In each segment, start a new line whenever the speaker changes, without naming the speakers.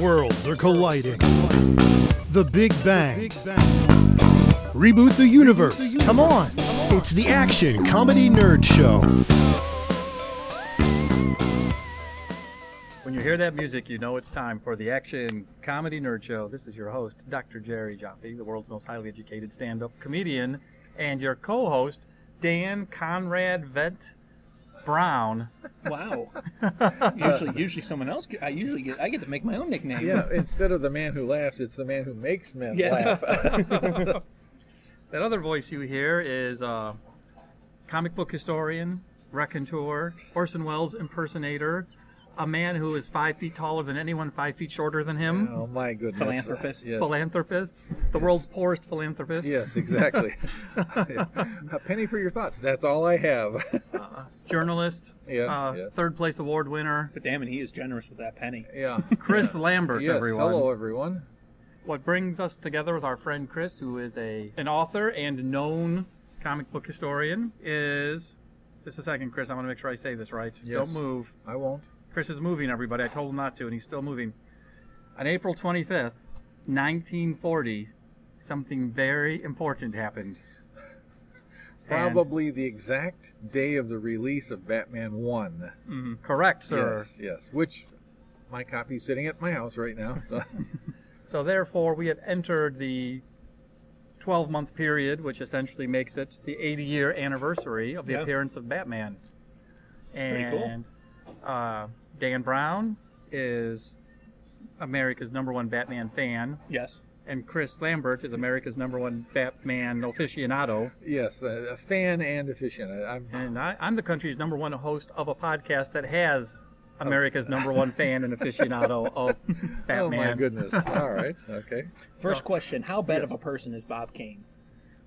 worlds are colliding. The Big Bang. Reboot the universe. Come on. It's the Action Comedy Nerd Show.
When you hear that music, you know it's time for the Action Comedy Nerd Show. This is your host, Dr. Jerry Jaffe, the world's most highly educated stand up comedian, and your co host, Dan Conrad Vent Brown.
Wow. usually, usually someone else. Get, I usually get. I get to make my own nickname.
Yeah, instead of the man who laughs, it's the man who makes men
Yeah.
laugh.
That other voice you hear is uh, comic book historian, raconteur, Orson Welles impersonator, a man who is five feet taller than anyone five feet shorter than him,
Oh my goodness.
Philanthropist.
Yes.
philanthropist, the world's poorest philanthropist.
Yes, exactly. A penny for your thoughts. That's all I have.
journalist,
Yes,
uh,
yes.
third place award winner,
But damn it, he is generous with that penny.
yeah.
Chris Lambert,
Yes.
everyone.
Hello, everyone.
What brings us together with our friend Chris, who is a an author and known comic book historian, is just a second, Chris. I want to make sure I say this right.
Yes.
Don't move.
I won't.
Chris is moving, everybody. I told him not to, and he's still moving. On April 25th, 1940, something very important happened. And-
Probably the exact day of the release of Batman One.
correct, sir.
Yes. Yes. Which my copy's sitting at my house right now. So
So therefore, we have entered the 12-month period, which essentially makes it the 80-year anniversary of the
Yeah.
appearance of Batman. And
cool.
uh, Dan Brown is America's number one Batman fan,
Yes.
and Chris Lambert is America's number one Batman aficionado.
yes, a, a fan and aficionado. I'm
And I, I'm the country's number one host of a podcast that has America's number one fan and aficionado of Batman.
Oh my goodness. All right. Okay.
First question: How bad of a person is Bob Kane?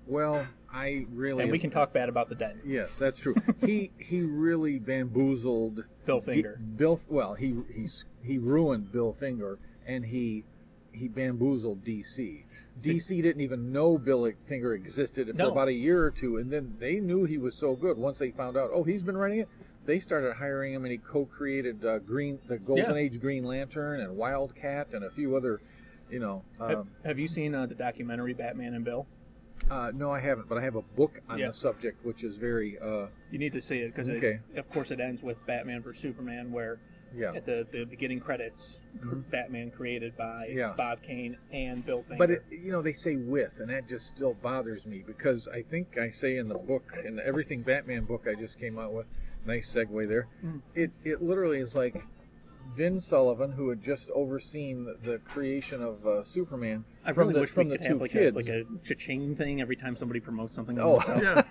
Well, I really
And we can talk bad about the dead.
Yes, that's true. he he really bamboozled
Bill
Di-
Finger.
Bill, well, he he's he ruined Bill Finger, and he he bamboozled DC. DC didn't even know Bill Finger existed for
No.
about a year or two, and then they knew he was so good. Once they found out, oh, he's been running it. They started hiring him, and he co-created uh, Green, the Golden
Yeah.
Age Green Lantern, and Wildcat, and a few other, you know.
Have,
Um,
have you seen uh, the documentary Batman and Bill?
uh, no, I haven't, but I have a book on
Yeah.
the subject, which is very, uh,
You need to see it because,
Okay.
of course, it ends with Batman vs Superman, where
yeah. Mm-hmm.
at the, the beginning credits, cr- Batman created by
Yeah.
Bob Kane and Bill Finger.
But it, you know, they say with, and that just still bothers me because I think I say in the book, in the everything Batman book I just came out with, nice segue there.
Mm.
It it literally is like Vin Sullivan, who had just overseen the, the creation of uh, Superman
I
from
really
the
wish
from the
we could have
two
like a,
kids.
like a cha-ching thing every time somebody promotes something.
Oh.
Oh,
Yes.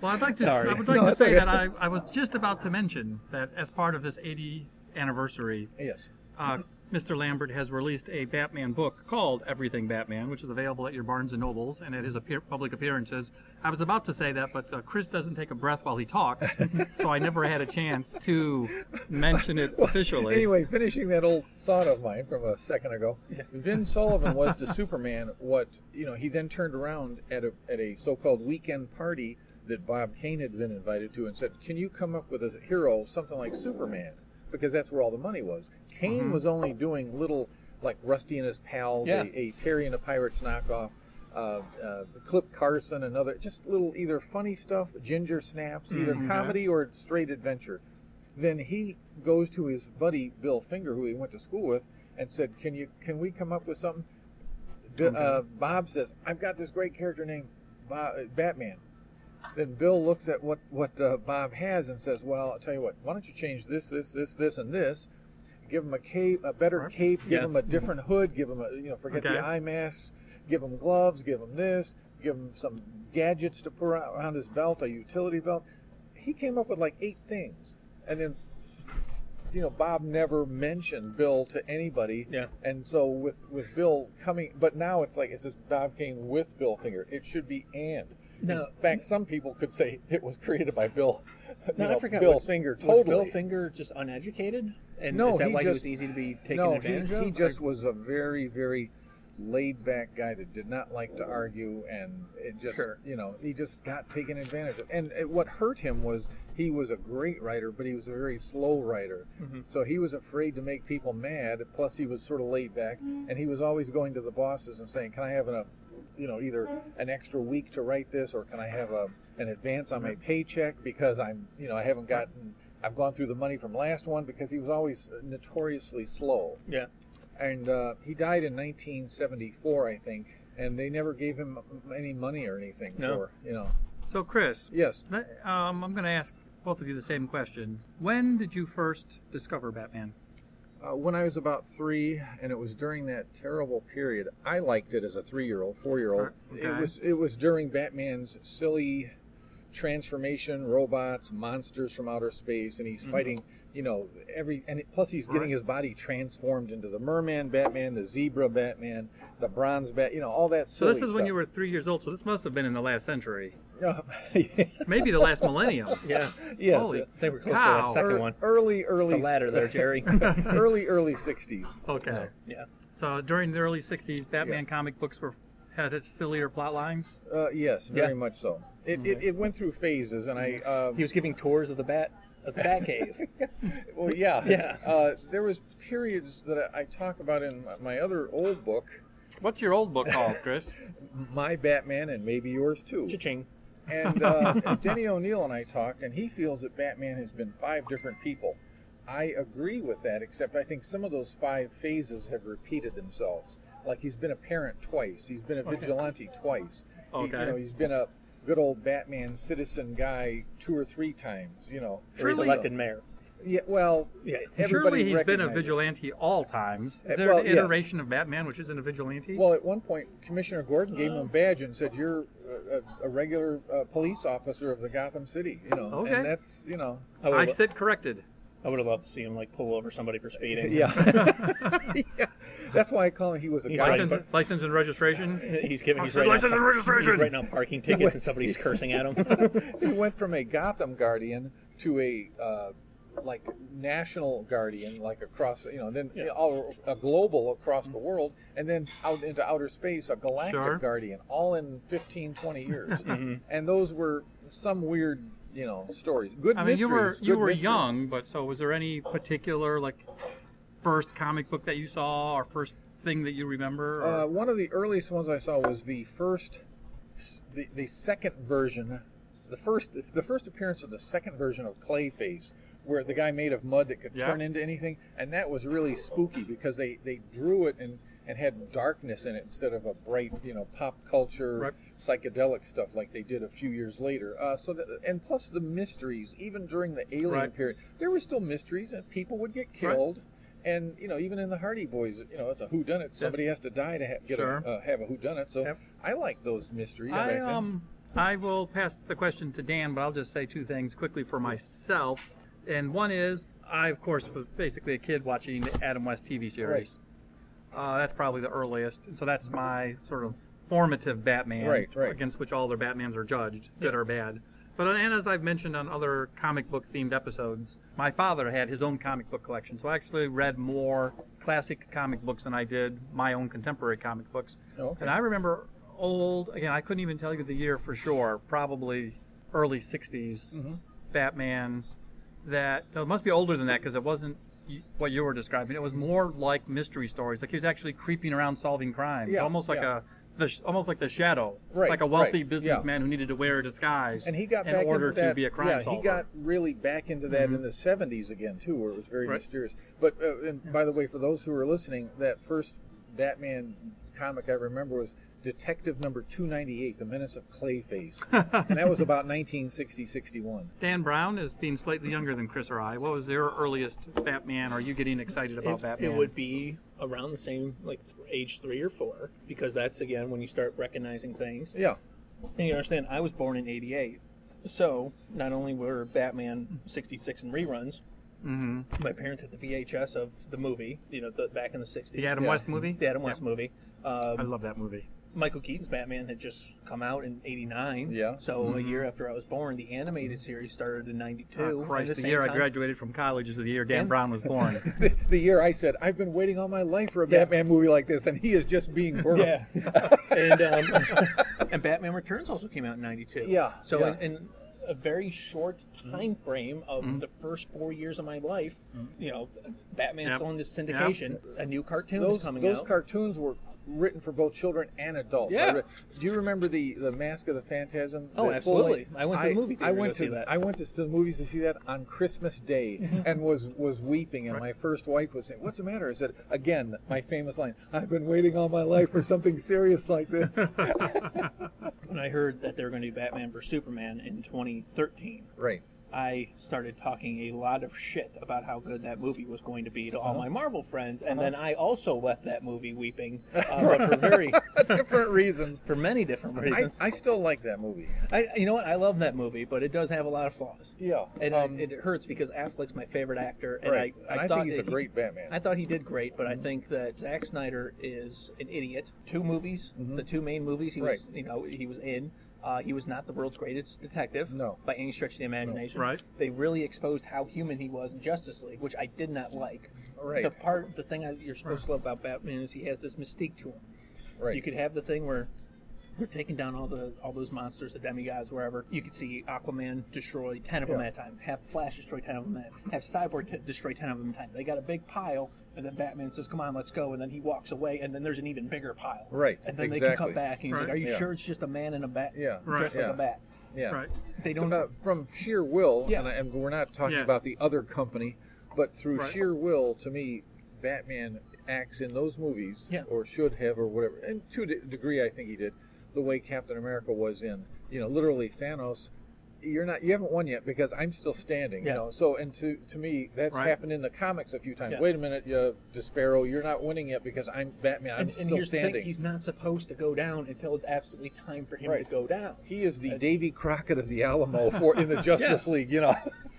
Well, I'd like to.
Sorry.
I would like
No,
to
that's
say
okay.
that I, I was just about to mention that as part of this 80 anniversary,
yes.
uh, Mr. Lambert has released a Batman book called Everything Batman, which is available at your Barnes and Nobles and at his appear- public appearances. I was about to say that, but uh, Chris doesn't take a breath while he talks, so I never had a chance to mention it officially.
Anyway, finishing that old thought of mine from a second ago, Vin Sullivan was to Superman what you know. He then turned around at a at a so-called weekend party that Bob Kane had been invited to and said, "Can you come up with a hero something like Superman?" Because that's where all the money was. Kane was only doing little like Rusty and his pals,
Yeah.
a, a Terry and the Pirates knockoff. Uh, uh, Clip Carson, another just little either funny stuff, ginger snaps, either comedy or straight adventure then he goes to his buddy Bill Finger, who he went to school with, and said, "Can you can we come up with something?" B- uh, Bob says, "I've got this great character named Bob, Batman." Then Bill looks at what what uh, Bob has and says, "Well, I'll tell you what. Why don't you change this, this, this, this, and this? Give him a cape, a better cape. Give
Yeah.
him a different hood. Give him a you know, forget
Okay.
the eye masks. Give him gloves. Give him this. Give him some gadgets to put ar- around his belt, a utility belt." He came up with like eight things, and then you know, Bob never mentioned Bill to anybody.
Yeah.
And so with with Bill coming, but now it's like it says Bob Kane with Bill Finger. It should be and.
No.
In fact, some people could say it was created by Bill. you
No,
know,
I forgot.
Bill
was,
Finger.
was
Totally.
Bill Finger just uneducated? And
No,
is that
he
why he
just-
was easy to be taken
no, he,
advantage of?
he just was a very very laid back guy that did not like to argue and it just
Sure.
you know he just got taken advantage of and it, what hurt him was He was a great writer, but he was a very slow writer. So he was afraid to make people mad. Plus, he was sort of laid back, and he was always going to the bosses and saying, "Can I have an, uh, you know, either an extra week to write this, or can I have a, an advance on my paycheck because I'm, you know, I haven't gotten." I've gone through the money from last one because he was always notoriously slow
Yeah.
and uh, he died in 1974, I think. And they never gave him m- any money or anything
No.
for you know.
So, Chris,
Yes,
let- um, I'm going to ask both of you the same question. When did you first discover Batman?
uh, when I was about three, and it was during that terrible period. I liked it as a three-year-old, four-year-old.
Uh, Okay.
It was it was during Batman's silly transformation, robots, monsters from outer space, and he's fighting. You know, every and it, plus he's getting
Mm-hmm. Right.
his body transformed into the Merman Batman, the Zebra Batman, the Bronze Bat. You know, all that.
So, this
silly
is when
stuff.
you were three years old, so this must have been in the last century,
Yeah.
maybe the last millennium.
Yeah.
yes.
Holy
They were close to
cow.
that second
Ear-
one.
Early, er, early,
The ladder there, Jerry.
early, early '60s.
Okay.
yeah.
So, during the early 60s, Batman comic books were had its sillier plot lines.
Uh, yes, very
Yeah. Mm-hmm.
much so. It, it, it went through phases, and I uh,
He was giving tours of the bat of the bat cave.
well, yeah,
Yeah.
Uh, there was periods that I, I talk about in my- my other old book,
What's your old book called, Chris?
My Batman, and maybe yours too.
Cha-ching.
And uh, Denny O'Neill and I talked, and he feels that Batman has been five different people. I agree with that, except I think some of those five phases have repeated themselves. Like he's been a parent twice, he's been a vigilante twice. He-
Okay.
you know, he's been a good old Batman citizen guy two or three times. You know.
Or he's
Surely-
elected mayor.
Yeah. Well.
Yeah.
Everybody
Surely he's been a
recognizes-
vigilante all times.
Uh,
Is there
well,
an
yes.
iteration of Batman which isn't a vigilante?
Well, at one point, Commissioner Gordon gave him a badge and said, "You're a, a- a regular uh, police officer of the Gotham City." You know,
Okay.
and that's you know.
I
I
would,
said corrected.
I would have loved to see him like pull over somebody for speeding.
Yeah. yeah. That's why I call him. He was a
He's
guy.
Right,
License, license and registration.
He's giving. He's
I said
writing,
license
out,
and registration.
he's writing out parking tickets, and somebody's cursing at him.
he went from a Gotham guardian to a uh, like national guardian, like across you know, then all, a global across the world, and then out into outer space, a galactic
Sure. Mm-hmm.
guardian, all in 15, 20 years. and those were some weird you know stories. Good.
I mean, you were
mysteries,
you
good
were
mysteries.
young, but so was there any particular like first comic book that you saw or first thing that you remember?
Uh,
Or,
one of the earliest ones I saw was the first, the, the second version, the first the first appearance of the second version of Clayface, where the guy made of mud that could
Yeah.
turn into anything, and that was really spooky because they they drew it and and had darkness in it instead of a bright you know pop culture
Right.
psychedelic stuff like they did a few years later. Uh, so that, and plus the mysteries, even during the Alien
Right.
period, there were still mysteries, and people would get killed. And you know, even in the Hardy Boys, you know, it's a whodunit. Somebody has to die to ha- get
Sure.
a, uh, have a whodunit. So
Yep.
I like those mysteries. I,
I
like them.
um I will pass the question to Dan, but I'll just say two things quickly for myself. And one is I of course was basically a kid watching the Adam West TV series. Uh, that's probably the earliest, and so that's my sort of formative Batman
Right, right.
against which all their Batmans are judged, good or bad. But uh, and as I've mentioned on other comic book themed episodes, my father had his own comic book collection, so I actually read more classic comic books than I did my own contemporary comic books.
Oh, okay.
And I remember old again. I couldn't even tell you the year for sure. Probably early '60s
Mm-hmm.
Batman's that no, it must be older than that because it wasn't y- what you were describing. It was more like mystery stories. Like he was actually creeping around solving crimes,
Yeah,
almost like
yeah.
a the, sh- almost like the shadow,
Right,
like a wealthy
right, yeah.
businessman who needed to wear a disguise
and he got
in
back
order
into that,
to be a crime
yeah,
solver. Mm-hmm.
he got really back into that in the 70s again too where it was very
Right.
mysterious but uh, and by the way for those who are listening that first batman comic i remember was detective number 298 the menace of clayface and that was about 1960 61
Dan Brown is being slightly younger than Chris or I. What was their earliest Batman? Are you getting excited about
it,
Batman?
it would be around the same like th- age three or four because that's again when you start recognizing things.
yeah
And you understand, I was born in '88, so not only were Batman '66 and reruns,
Mm-hmm.
my parents had the VHS of the movie, you know, the, back in the '60s.
the Adam
yeah.
West movie.
the Adam West movie.
I
Um,
love that movie.
Michael Keaton's Batman had just come out in '89.
Yeah.
So a year after I was born, the animated series started in '92.
Oh, Mm-hmm. Christ, the, year I graduated from college is the year Dan
And-
Brown was born.
the, the year i said i've been waiting all my life for a
Yeah.
batman movie like this and he is just being birthed
Yeah. and um, and Batman Returns also came out in '92.
Yeah,
So
yeah. Mm-hmm.
and, and a very short time frame of the first four years of my life.
Mm-hmm.
You know, Batman's
Yep.
still in this
Yep.
syndication. A new cartoon
those,
is coming
those
out.
cartoons were written for both children and adults. I
Yeah.
re- do you remember the the Mask of the Phantasm?
Oh,
the full length?
absolutely. I went to the movie
I
theater to
went
go see that.
I went to the movies to see that on Christmas Day and was was weeping. And my first wife was saying, "What's the matter?" I said, "Again, my famous line. I've been waiting all my life for something serious like this."
when I heard that they were going to do Batman vs Superman in 2013,
right.
I started talking a lot of shit about how good that movie was going to be to
Uh-huh.
all my Marvel friends, and then I also left that movie weeping uh, but for very
Different reasons.
for many different
I,
reasons.
I still like that movie.
I, you know what? I love that movie, but it does have a lot of flaws.
Yeah,
and
um,
I, it hurts because Affleck's my favorite actor, and
right. And
I, I,
I think
thought
he's
that
a great Mm-hmm. Batman.
I thought he did great, but I think that Zack Snyder is an idiot. Two movies, the two main movies he was,
Mm-hmm. Right.
you know, he was in. Uh, he was not the world's greatest detective,
No.
by any stretch of the imagination.
Right.
They really exposed how human he was in Justice League, which I did not like.
Right.
The part, the thing I, you're supposed to love about Batman is he has this mystique to him.
Right.
You could have the thing where we're taking down all the all those monsters, the demigods, wherever. You could see Aquaman destroy ten of them
Yeah.
at a time. Have Flash destroy ten of them at a time. Have Cyborg t- destroy ten of them at a time. They got a big pile, and then Batman says, "Come on, let's go." And then he walks away, and then there's an even bigger pile.
Right,
And then they can
exactly.
come back, and he's like,
Right.
"Are you
Yeah.
sure it's just a man in a bat?
Yeah.
Right.
dressed like
Yeah.
a bat."
yeah.
Right.
They
It's
don't.
about from sheer will,
Yeah.
and, I- and we're not talking
Yes.
about the other company, but through
Right.
sheer will, to me, Batman acts in those movies,
Yeah.
or should have, or whatever. And to a de- degree, I think he did, the way Captain America was in, you know, literally Thanos. You're not. You haven't won yet because I'm still standing.
Yeah.
You know. So and to to me, that's
Right.
happened in the comics a few times.
Yeah.
Wait a minute, uh, Despero, you're not winning yet because I'm Batman. I'm
and, and
still
here's the
standing.
thing: he's not supposed to go down until it's absolutely time for him
Right.
to go down.
he is the Davy Crockett of the Alamo for in the Justice League. You know.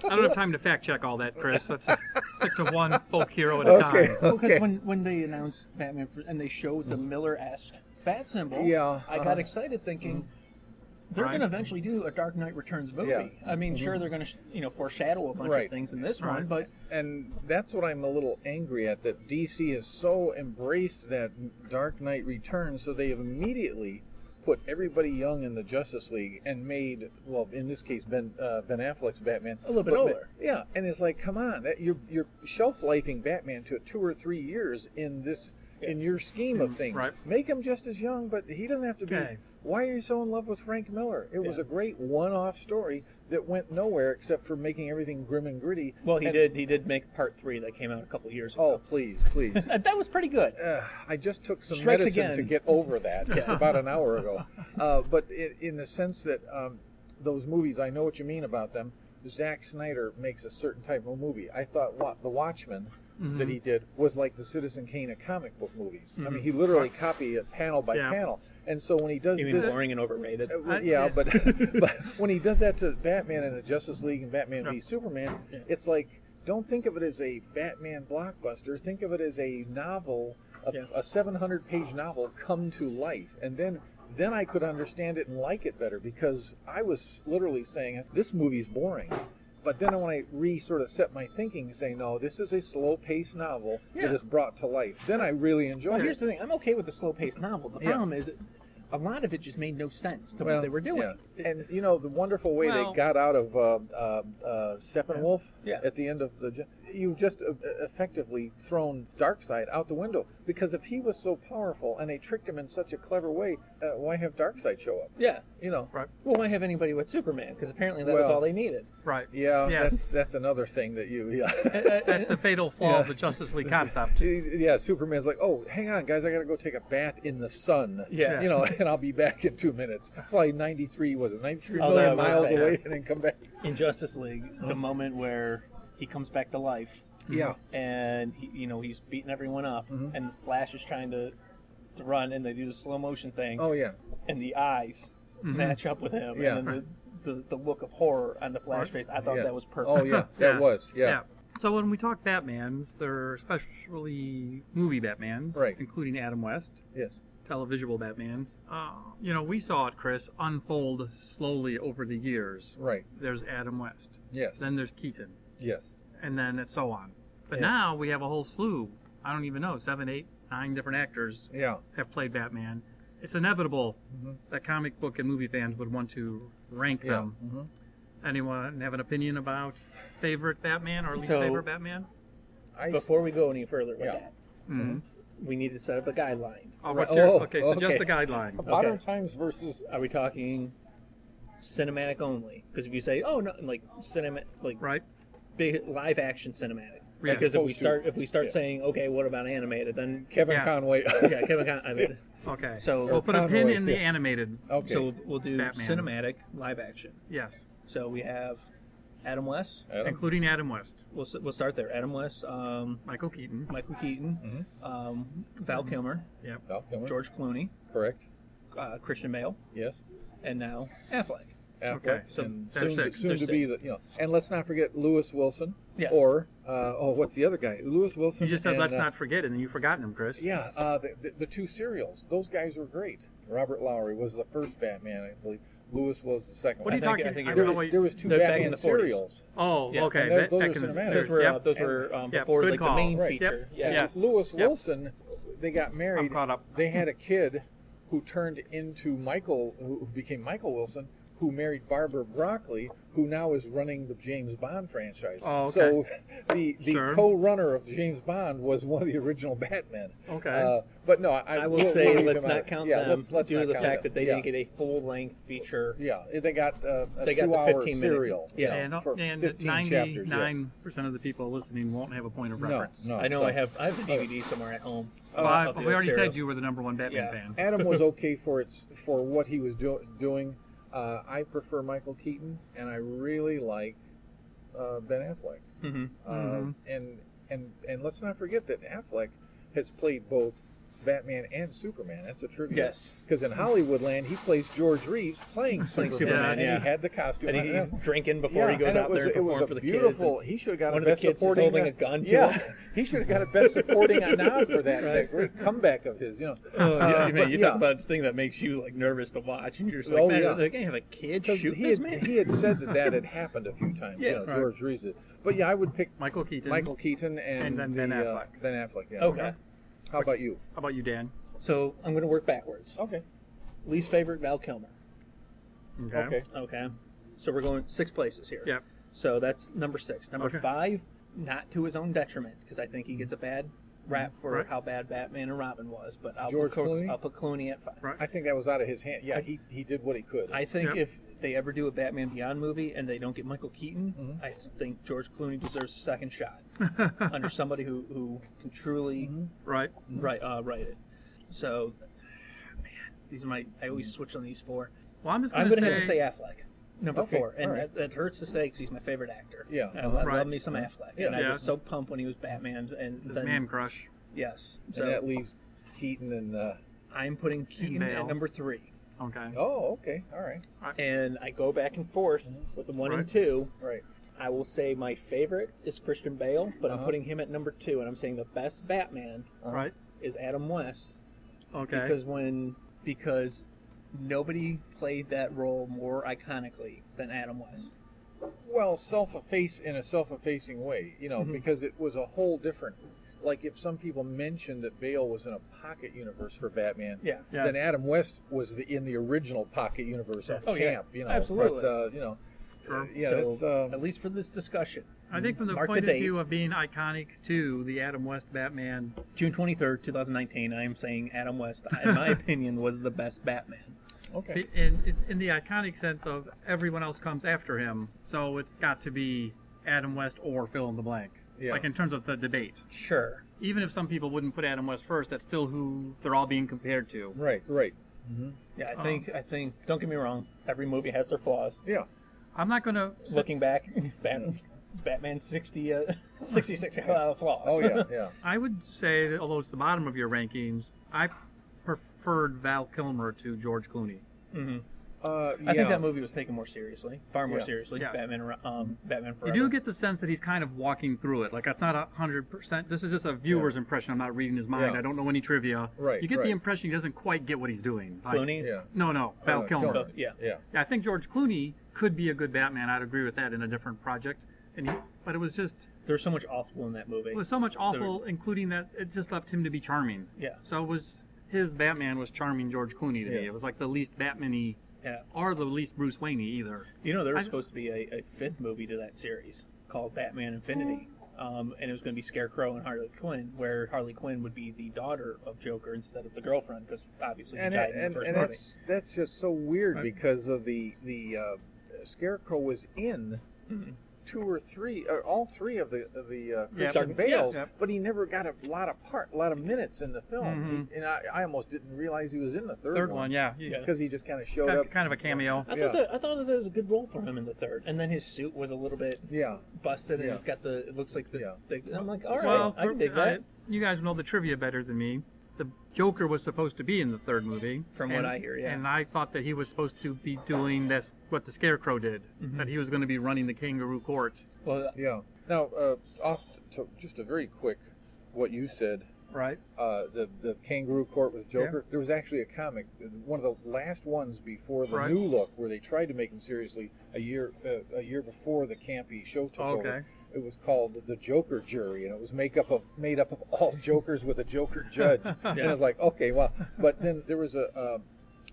I don't have time to fact check all that, Chris. Let's uh, stick to one folk hero at a time.
Well, because when, when they announced Batman for, and they showed the Miller esque bat symbol,
Mm-hmm. Yeah,
I
uh-huh. Mm-hmm.
got excited thinking they're
Right.
going to eventually do a Dark Knight Returns movie.
Yeah. Mm-hmm.
I mean, sure they're going to you know foreshadow a bunch
Right.
of things in this one,
Right.
but
and that's what I'm a little angry at that DC has so embraced that Dark Knight Returns, so they have immediately put everybody young in the Justice League and made, well, in this case, Ben uh, Ben Affleck's Batman
A little bit
But-
older.
Yeah, and it's like, come on, that, you're you're shelf lifing Batman to two or three years in this. In your scheme of things,
right.
make him just as young, but he doesn't have to be.
Okay.
Why are you so in love with Frank Miller? It was
Yeah.
a great one-off story that went nowhere except for making everything grim and gritty.
well, he
And-
did he did make part three that came out a couple years
Oh,
ago.
please, please.
That, that was pretty good.
uh, I just took some
Strikes
medicine
again.
to get over that just about an hour ago. Uh, but i in the sense that um, those movies, I know what you mean about them. Zack Snyder makes a certain type of movie. I thought what the Watchmen
Mm-hmm.
that he did was like the Citizen Kane of comic book movies. I mean, he literally copied it panel by
Yeah.
panel. And so when he does
You mean
this,
boring and overrated?
uh, well, yeah, but, but when he does that to Batman and the Justice League and Batman v Superman, it's like don't think of it as a Batman blockbuster. Think of it as a novel, a,
Yeah.
a 700-page novel come to life, and then then I could understand it and like it better because I was literally saying this movie's boring. But then when I re sort of set my thinking, saying no, this is a slow-paced novel
Yeah.
that is brought to life, then I really enjoyed
Well,
it.
here's the thing: I'm okay with the slow paced novel. The
Yeah.
problem is. A lot of it just made no sense to
Well,
what they were doing.
yeah. And you know the wonderful way
Well-
they got out of uh, uh, uh, Steppenwolf
Yeah.
at the end of the. ju- You've just uh, effectively thrown Darkseid out the window because if he was so powerful and they tricked him in such a clever way, uh, why have Darkseid show up?
yeah.
You know.
Right.
Well, why have anybody with Superman? Because apparently that was
Well-
all they needed.
Right.
Yeah, that's
Yes.
that's another thing that you. Yeah.
That's, the fatal flaw of the Justice League concept.
yeah, Superman's like, oh, hang on, guys, I gotta go take a bath in the sun.
Yeah.
you know, and I'll be back in two minutes. Fly ninety three was it ninety three
Although
million
I will
miles
say-
away and then come back.
in Justice League, the moment where he comes back to life
Yeah,
and he, you know he's beating everyone up,
Mm-hmm.
and the Flash is trying to, to run, and they do the slow motion thing,
oh yeah.
and the eyes match up with him,
Yeah.
and then the, the, the look of horror on the Flash face. I thought
Yeah.
that was perfect.
Oh yeah, that
Yes.
was yeah.
So when we talk Batman's, they're especially movie Batman's,
Right.
including Adam West,
Yes.
televisual Batman's. Uh, you know, we saw it, Chris, unfold slowly over the years.
Right.
There's Adam West.
Yes.
Then there's Keaton,
yes.
and then it's so on. But
Yes.
now we have a whole slew. I don't even know seven, eight, nine different actors
Yeah.
have played Batman. It's inevitable that comic book and movie fans would want to rank
Mm-hmm. Yeah. Mm-hmm.
them. Anyone have an opinion about favorite Batman or least
So-
favorite Batman?
I,
Before we go any further with
Yeah.
that, mm-hmm. we need to set up a guideline.
Mm-hmm. Oh, what's your,
Oh,
okay, so just
okay.
a guideline.
modern
okay.
times versus uh,
Are we talking cinematic only? Because if you say, "Oh no," like cinema, like
Right?
big live action cinematic.
Yeah.
Because if we
Supposed to.
start if we start
Yeah.
saying, "Okay, what about animated?" Then
Kevin
Yes.
Conway.
yeah, Kevin, Con- I mean,
Okay.
So-
we'll put a pin
Conroy,
in the
yeah.
animated.
okay.
so we'll, we'll do
Batmans.
cinematic live action.
Yes,
So we have Adam West.
Adam,
including Adam West,
We'll s- we'll start there. Adam West, um,
Michael Keaton.
Michael Keaton,
Mm-hmm.
um, Val Kilmer,
Yep.
Val Kilmer,
George Clooney,
correct.
uh, Christian Bale,
Yes.
and now Affleck.
Affleck,
Okay,
so
and
that's
soon,
six.
soon
There's
to be the you know, and let's not forget Lewis Wilson.
Yes.
Or uh, oh, what's the other guy? Lewis Wilson.
You just said
and,
let's
uh,
not forget it, and you've forgotten him, Chris.
Yeah, uh, the, the, the two serials. Those guys were great. Robert Lowry was the first Batman, I believe. Lewis was the second.
What are
one.
you
I think-
talking?
I think
I don't
it
There
know
was,
what you-
there was two
They're back
Batman
in the 40s.
serials.
Oh,
Yeah,
okay.
and those-
That,
those
that
are
can,
cinematic.
there's-
Those were uh,
yep.
those were um,
Yep,
before
good
like
call.
the main
Right.
feature.
Yep.
Yeah.
Yes.
Lewis
Yep.
Wilson, they got married.
I'm caught up.
They had a kid who turned into Michael, who became Michael Wilson, who married Barbara Broccoli, who now is running the James Bond franchise.
Oh, okay.
So the, the
Sure.
co-runner of James Bond was one of the original Batmen.
Okay.
Uh, but no, I,
I will
we'll- we'll
say
leave
let's
him out.
not count
yeah,
them
let's, let's
due to
not
the
count
fact
them.
that they
yeah.
didn't get a full length feature.
Yeah, they got uh, a
They got the
two hour
15 minute.
serial.
Yeah.
you
And, uh,
know, uh, for
and
15 chapters. yeah.
ninety-nine percent of the people listening won't have a point of
No,
reference.
no.
I know
so-
I have I have the DVD somewhere at home.
Oh,
Well, I,
of the
we already
serials.
said you were the number one Batman
Yeah.
fan.
Adam was okay for its for what he was do- doing. Uh, I prefer Michael Keaton, and I really like uh, Ben Affleck.
Mhm.
Uh, And and and let's not forget that Affleck has played both Batman and Superman. That's a trivia.
Yes.
because in Hollywoodland he plays George Reeves playing Superman,
Superman,
and
yeah.
he had the costume.
And
on.
he's drinking before
Yeah,
he goes
and it
out
was-
there and
it was
performs
a
for the kids.
beautiful,
and-
He should have got
one
a
of the
best
kids is
supporting.
holding a gun to
Yeah,
him.
he should have got a best supporting nod for that, that great comeback of his. You know,
Oh, yeah, man,
uh, but
you talk
yeah.
about the thing that makes you like nervous to watch, and you're just like,
Oh,
man,
yeah.
they can't have a kid
'Cause
shoot
he
this
had,
man.
He had said that that had happened a few times.
Yeah,
you know,
right.
George Reeves. did. But yeah, I would pick
Michael Keaton.
Michael Keaton and,
And then Ben
the, uh,
Affleck.
Ben Affleck. Yeah.
okay,
How about you?
How about you, Dan?
so I'm going to work backwards.
Okay.
Least favorite Val Kilmer.
Okay.
Okay, so we're going six places here.
Yep.
So that's number six. Number
Okay.
five, not to his own detriment, because I think he gets a bad rap for
Right.
how bad Batman and Robin was. But I'll,
Mm-hmm. George
put, Clo-
Clooney?
I'll put Clooney at five.
Right.
I think that was out of his hand. Yeah, he, he did what he could.
I think
Yep.
if they ever do a Batman Beyond movie and they don't get Michael Keaton, I think George Clooney deserves a second shot under somebody who, who can truly
Right.
write uh, write it. So, man, these are my. I always switch on these four.
Well, I'm just
I'm
going
gonna have to say Affleck. Number
Okay,
four, and
all right.
that, that hurts to say because he's my favorite actor.
Yeah,
I, I
Right.
love me some Affleck, and I
Yeah.
was so pumped when he was Batman, and
the
then
man crush.
yes,
and that
so
leaves Keaton and. Uh,
I'm putting Keaton
Bale.
at number three,
Okay.
oh, okay. All right.
and I go back and forth with the one
Right.
and two.
Right.
I will say my favorite is Christian Bale, but I'm
Uh-huh.
putting him at number two, and I'm saying the best Batman
Right.
is Adam West
Uh-huh. Okay.
because when because nobody played that role more iconically than Adam West.
Well, self efface in a self effacing way, you
Mm-hmm.
know, because it was a whole different. Like if some people mentioned that Bale was in a pocket universe for Batman,
Yeah.
Yes.
then Adam West was the, in the original pocket universe of
Oh, yeah.
Camp, you know.
Absolutely.
But, uh, you know,
Sure.
yeah,
so
that's, uh,
at least for this discussion,
I think from the
Mark the
point of
date.
view of being iconic to the Adam West Batman,
June 23rd, 2019, I am saying Adam West, in my opinion, was the best Batman.
okay.
in, in in the iconic sense of everyone else comes after him, so it's got to be Adam West or fill in the blank.
Yeah.
Like in terms of the debate,
Sure.
even if some people wouldn't put Adam West first, that's still who they're all being compared to.
Right, right.
Yeah, I think I think don't get me wrong, every movie has their flaws.
Yeah.
I'm not going to
Looking back, Batman, Batman 60 uh, 66 uh, flaws.
Oh, yeah, yeah.
I would say that although it's the bottom of your rankings, I preferred Val Kilmer to George Clooney.
Uh,
I
yeah.
think that movie was taken more seriously, far more
Yeah.
seriously.
Yes.
Batman, Ar- um, Batman Forever.
You do get the sense that he's kind of walking through it. Like that's not a hundred percent. This is just a viewer's impression. I'm not reading his mind.
Yeah.
I don't know any trivia.
Right,
You get
right.
the impression he doesn't quite get what he's doing. Like-
Clooney.
Yeah.
No, no, Val
Uh,
Kilmer.
Kilmer. Yeah.
Yeah.
Yeah, I think George Clooney could be a good Batman. I'd agree with that in a different project. And he, but it was just
There's so much awful in that movie.
it was so much awful, including that it just left him to be charming.
Yeah.
So it was his Batman was charming George Clooney to me.
Yes.
It was like the least Batman-y
Yeah.
or the least Bruce Wayne either.
You know, there was
I-
supposed to be a, a fifth movie to that series called Batman Infinity. Um, and it was going to be Scarecrow and Harley Quinn, where Harley Quinn would be the daughter of Joker instead of the girlfriend, because obviously he
and,
died
it-
in
and,
the first
and
movie.
that's that's just so weird
Right.
because of the the uh, Scarecrow was in two or three, or all three of the of the uh,
Mm-hmm. Yeah.
Christian
Yeah.
Bales,
Yeah.
but he never got a lot of part, a lot of minutes in the film, He- and I, I almost didn't realize he was in the third,
Mm-hmm. Third one, yeah, yeah.
because he just kind of showed
Kind,
up.
kind of a cameo.
I,
yeah.
thought that, I thought that was a good role for him in the third. And then his suit was a little bit
yeah,
busted, and
Yeah.
it's got the, it looks like the,
Yeah.
stick. And I'm like, all right,
well,
I can dig
for- uh,
that.
you guys know the trivia better than me. The Joker was supposed to be in the third movie,
From
and-
what I hear, yeah.
And I thought that he was supposed to be doing this, what the Scarecrow did,
Mm-hmm.
that he was going to be running the kangaroo court.
Well,
yeah. Now, uh, off to just a very quick, what you said.
Right.
uh, the the kangaroo court with Joker. There was actually a comic, one of the last ones before the
Right.
new look, where they tried to make him seriously a year uh, a year before the campy show took
Okay.
over. It was called the Joker Jury, and it was make up of made up of all Jokers with a Joker judge. And I was like, okay, well, but then there was a. Um,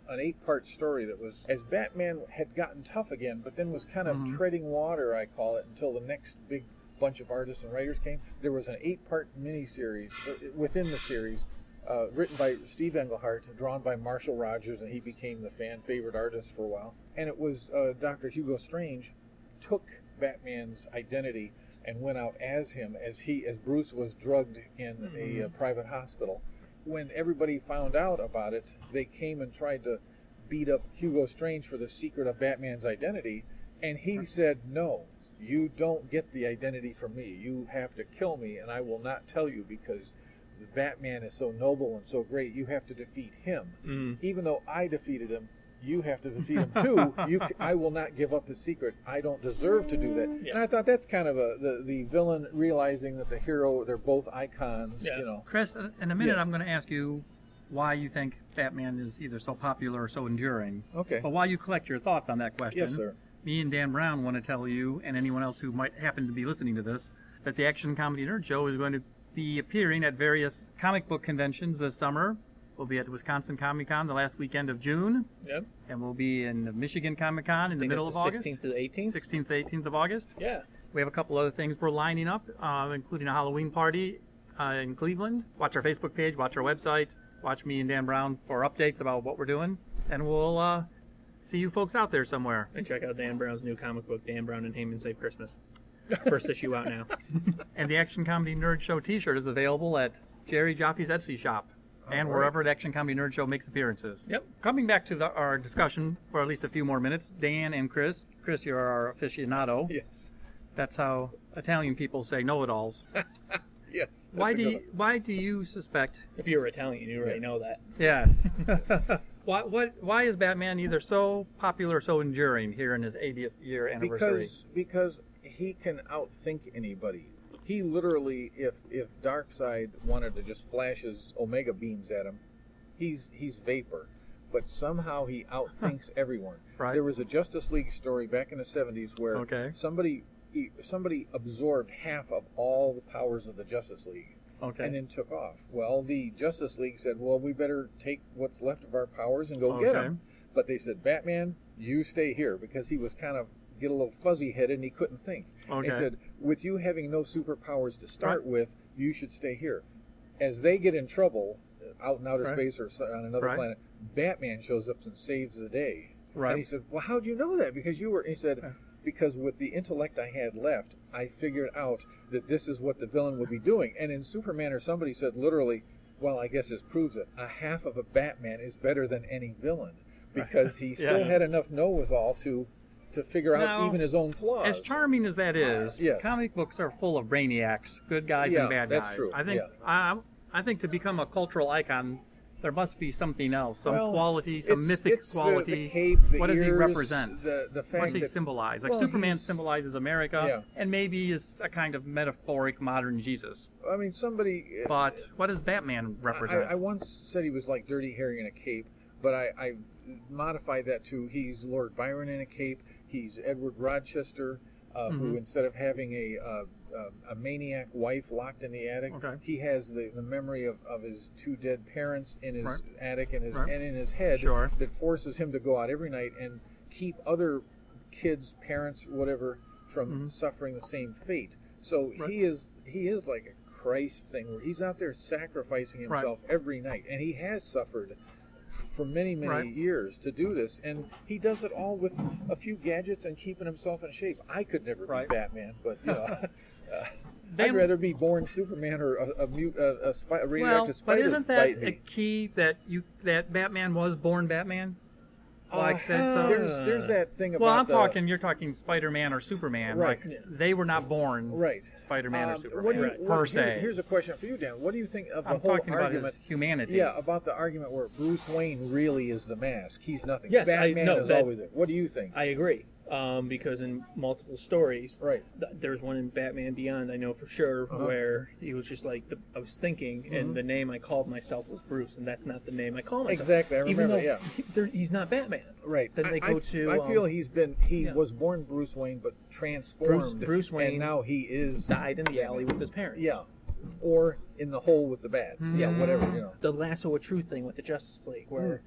an eight-part story that was as Batman had gotten tough again, but then was kind of treading water, I call it, until the next big bunch of artists and writers came. There was an eight-part miniseries uh, within the series, uh, written by Steve Englehart, drawn by Marshall Rogers, and he became the fan favorite artist for a while. And it was uh, Dr. Hugo Strange took Batman's identity and went out as him as he as Bruce was drugged in a uh, private hospital. When everybody found out about it, they came and tried to beat up Hugo Strange for the secret of Batman's identity, and he said, "No, you don't get the identity from me. You have to kill me, and I will not tell you because Batman is so noble and so great. You have to defeat him, even though I defeated him." You have to defeat him too. You, c- I will not give up the secret. I don't deserve to do that. And I thought that's kind of a the, the villain realizing that the hero they're both icons.
Yeah.
You know,
Chris, in a minute,
Yes.
I'm going to ask you why you think Batman is either so popular or so enduring.
Okay.
But while you collect your thoughts on that question,
Yes, sir.
me and Dan Brown want to tell you, and anyone else who might happen to be listening to this, that the Action Comedy Nerd Show is going to be appearing at various comic book conventions this summer. We'll be at the Wisconsin Comic Con the last weekend of June,
yeah.
and we'll be in Michigan Comic Con in the
I think
middle of
it's
August,
the 16th to the 18th.
16th, 18th of August.
Yeah.
We have a couple other things we're lining up, uh, including a Halloween party uh, in Cleveland. Watch our Facebook page, watch our website, watch me and Dan Brown for updates about what we're doing, and we'll uh, see you folks out there somewhere.
And check out Dan Brown's new comic book, Dan Brown and Heyman Save Christmas. First issue out now.
And the Action Comedy Nerd Show T-shirt is available at Jerry Jaffe's Etsy shop. And wherever the Action Comedy Nerd Show makes appearances.
Yep.
Coming back to the, our discussion for at least a few more minutes, Dan and Chris. Chris, you're our aficionado.
yes,
That's how Italian people say know-it-alls.
yes.
why
that's a
do
good
you, why do you suspect
If you were Italian, you already know that.
Yes. why, what, why is Batman either so popular, so enduring here in his 80th year anniversary?
because because he can outthink anybody. He literally, if if Darkseid wanted to just flash his Omega beams at him, he's he's vapor. But somehow he outthinks everyone.
Right.
There was a Justice League story back in the '70s where
Okay.
somebody he- somebody absorbed half of all the powers of the Justice League.
Okay.
And then took off. Well, the Justice League said, "Well, we better take what's left of our powers and go get
Okay.
them." But they said, Batman, you stay here because he was kind of get a little fuzzy headed and he couldn't think.
Okay.
They said, with you having no superpowers to start with, you should stay here. As they get in trouble uh, out in outer
Right.
space or so- on another
Right.
planet, Batman shows up and saves the day.
Right.
And he said, Well, how do you know that? Because you were. He said, Because with the intellect I had left, I figured out that this is what the villain would be doing. And in Superman or somebody said literally, Well, I guess this proves it. A half of a Batman is better than any villain because he still
Yeah.
had enough know-with-all to to figure out
Now,
even his own flaws.
as charming as that is,
Yes.
comic books are full of brainiacs, good guys
Yeah,
and bad
that's
guys.
true.
I think
Yeah.
I, I think to become a cultural icon, there must be something else, some
Well,
quality, some
it's-
mythic
it's the- the
quality.
cape, the
what does he
ears,
represent?
the- the
What's
fact
he
that-
symbolize? Like
well,
Superman
he's-
symbolizes America,
Yeah.
and maybe is a kind of metaphoric modern Jesus.
I mean, somebody.
But what does Batman
I,
represent?
I once said he was like Dirty Harry in a cape, but I, I modified that to he's
Mm-hmm.
Lord Byron in a cape. He's Edward Rochester, uh, who instead of having a uh, a, a maniac wife locked in the attic.
Okay.
He has the, the memory of, of his two dead parents in his
Right.
attic and, his,
Right.
and in his head
Sure.
that forces him to go out every night and keep other kids, parents, whatever, from suffering the same fate. So
Mm-hmm. Right.
he is he is like a Christ thing where he's out there sacrificing
Right.
himself every night, and he has suffered for many many
Right.
years to do this and he does it all with a few gadgets and keeping himself in shape i could never
Right.
be batman but you know
They-
i'd rather be born superman or a, a mute a, a, spi- a radioactive
well, but
spider
isn't
bite
that
me.
a key that you that Batman was born Batman? Like that's
Uh,
a,
there's there's that thing about
well, I'm
the-
talking. You're talking Spider-Man or Superman.
Right.
Like they were not born
right
Spider-Man or
Um,
Superman
what do you,
per
what-
se.
here- here's a question for you dan what do you think of
I'm
the whole
talking about
argument
his humanity.
yeah, about the argument where Bruce Wayne really is the mask. He's nothing.
Yes, I-
Batman
no,
is
that-
always it. What do you think?
I agree. Um, because in multiple stories,
Right. Uh-huh.
th- there's one in Batman Beyond, I know for sure, where he was just like, the, I was thinking,
Mm-hmm.
and the name I called myself was Bruce, and that's not the name I call myself.
Exactly, I
Even
remember,
though
yeah.
he- they're- he's not Batman.
Right.
Then
I-
they
I,
go
f-
to.
I
um,
feel he's been. He
yeah.
was born Bruce Wayne, but transformed.
Bruce Wayne
And now he is.
died in the alley with his parents.
Yeah. Or in the hole with the bats.
Mm.
Yeah. Whatever. You know.
the lasso of truth thing with the Justice League, where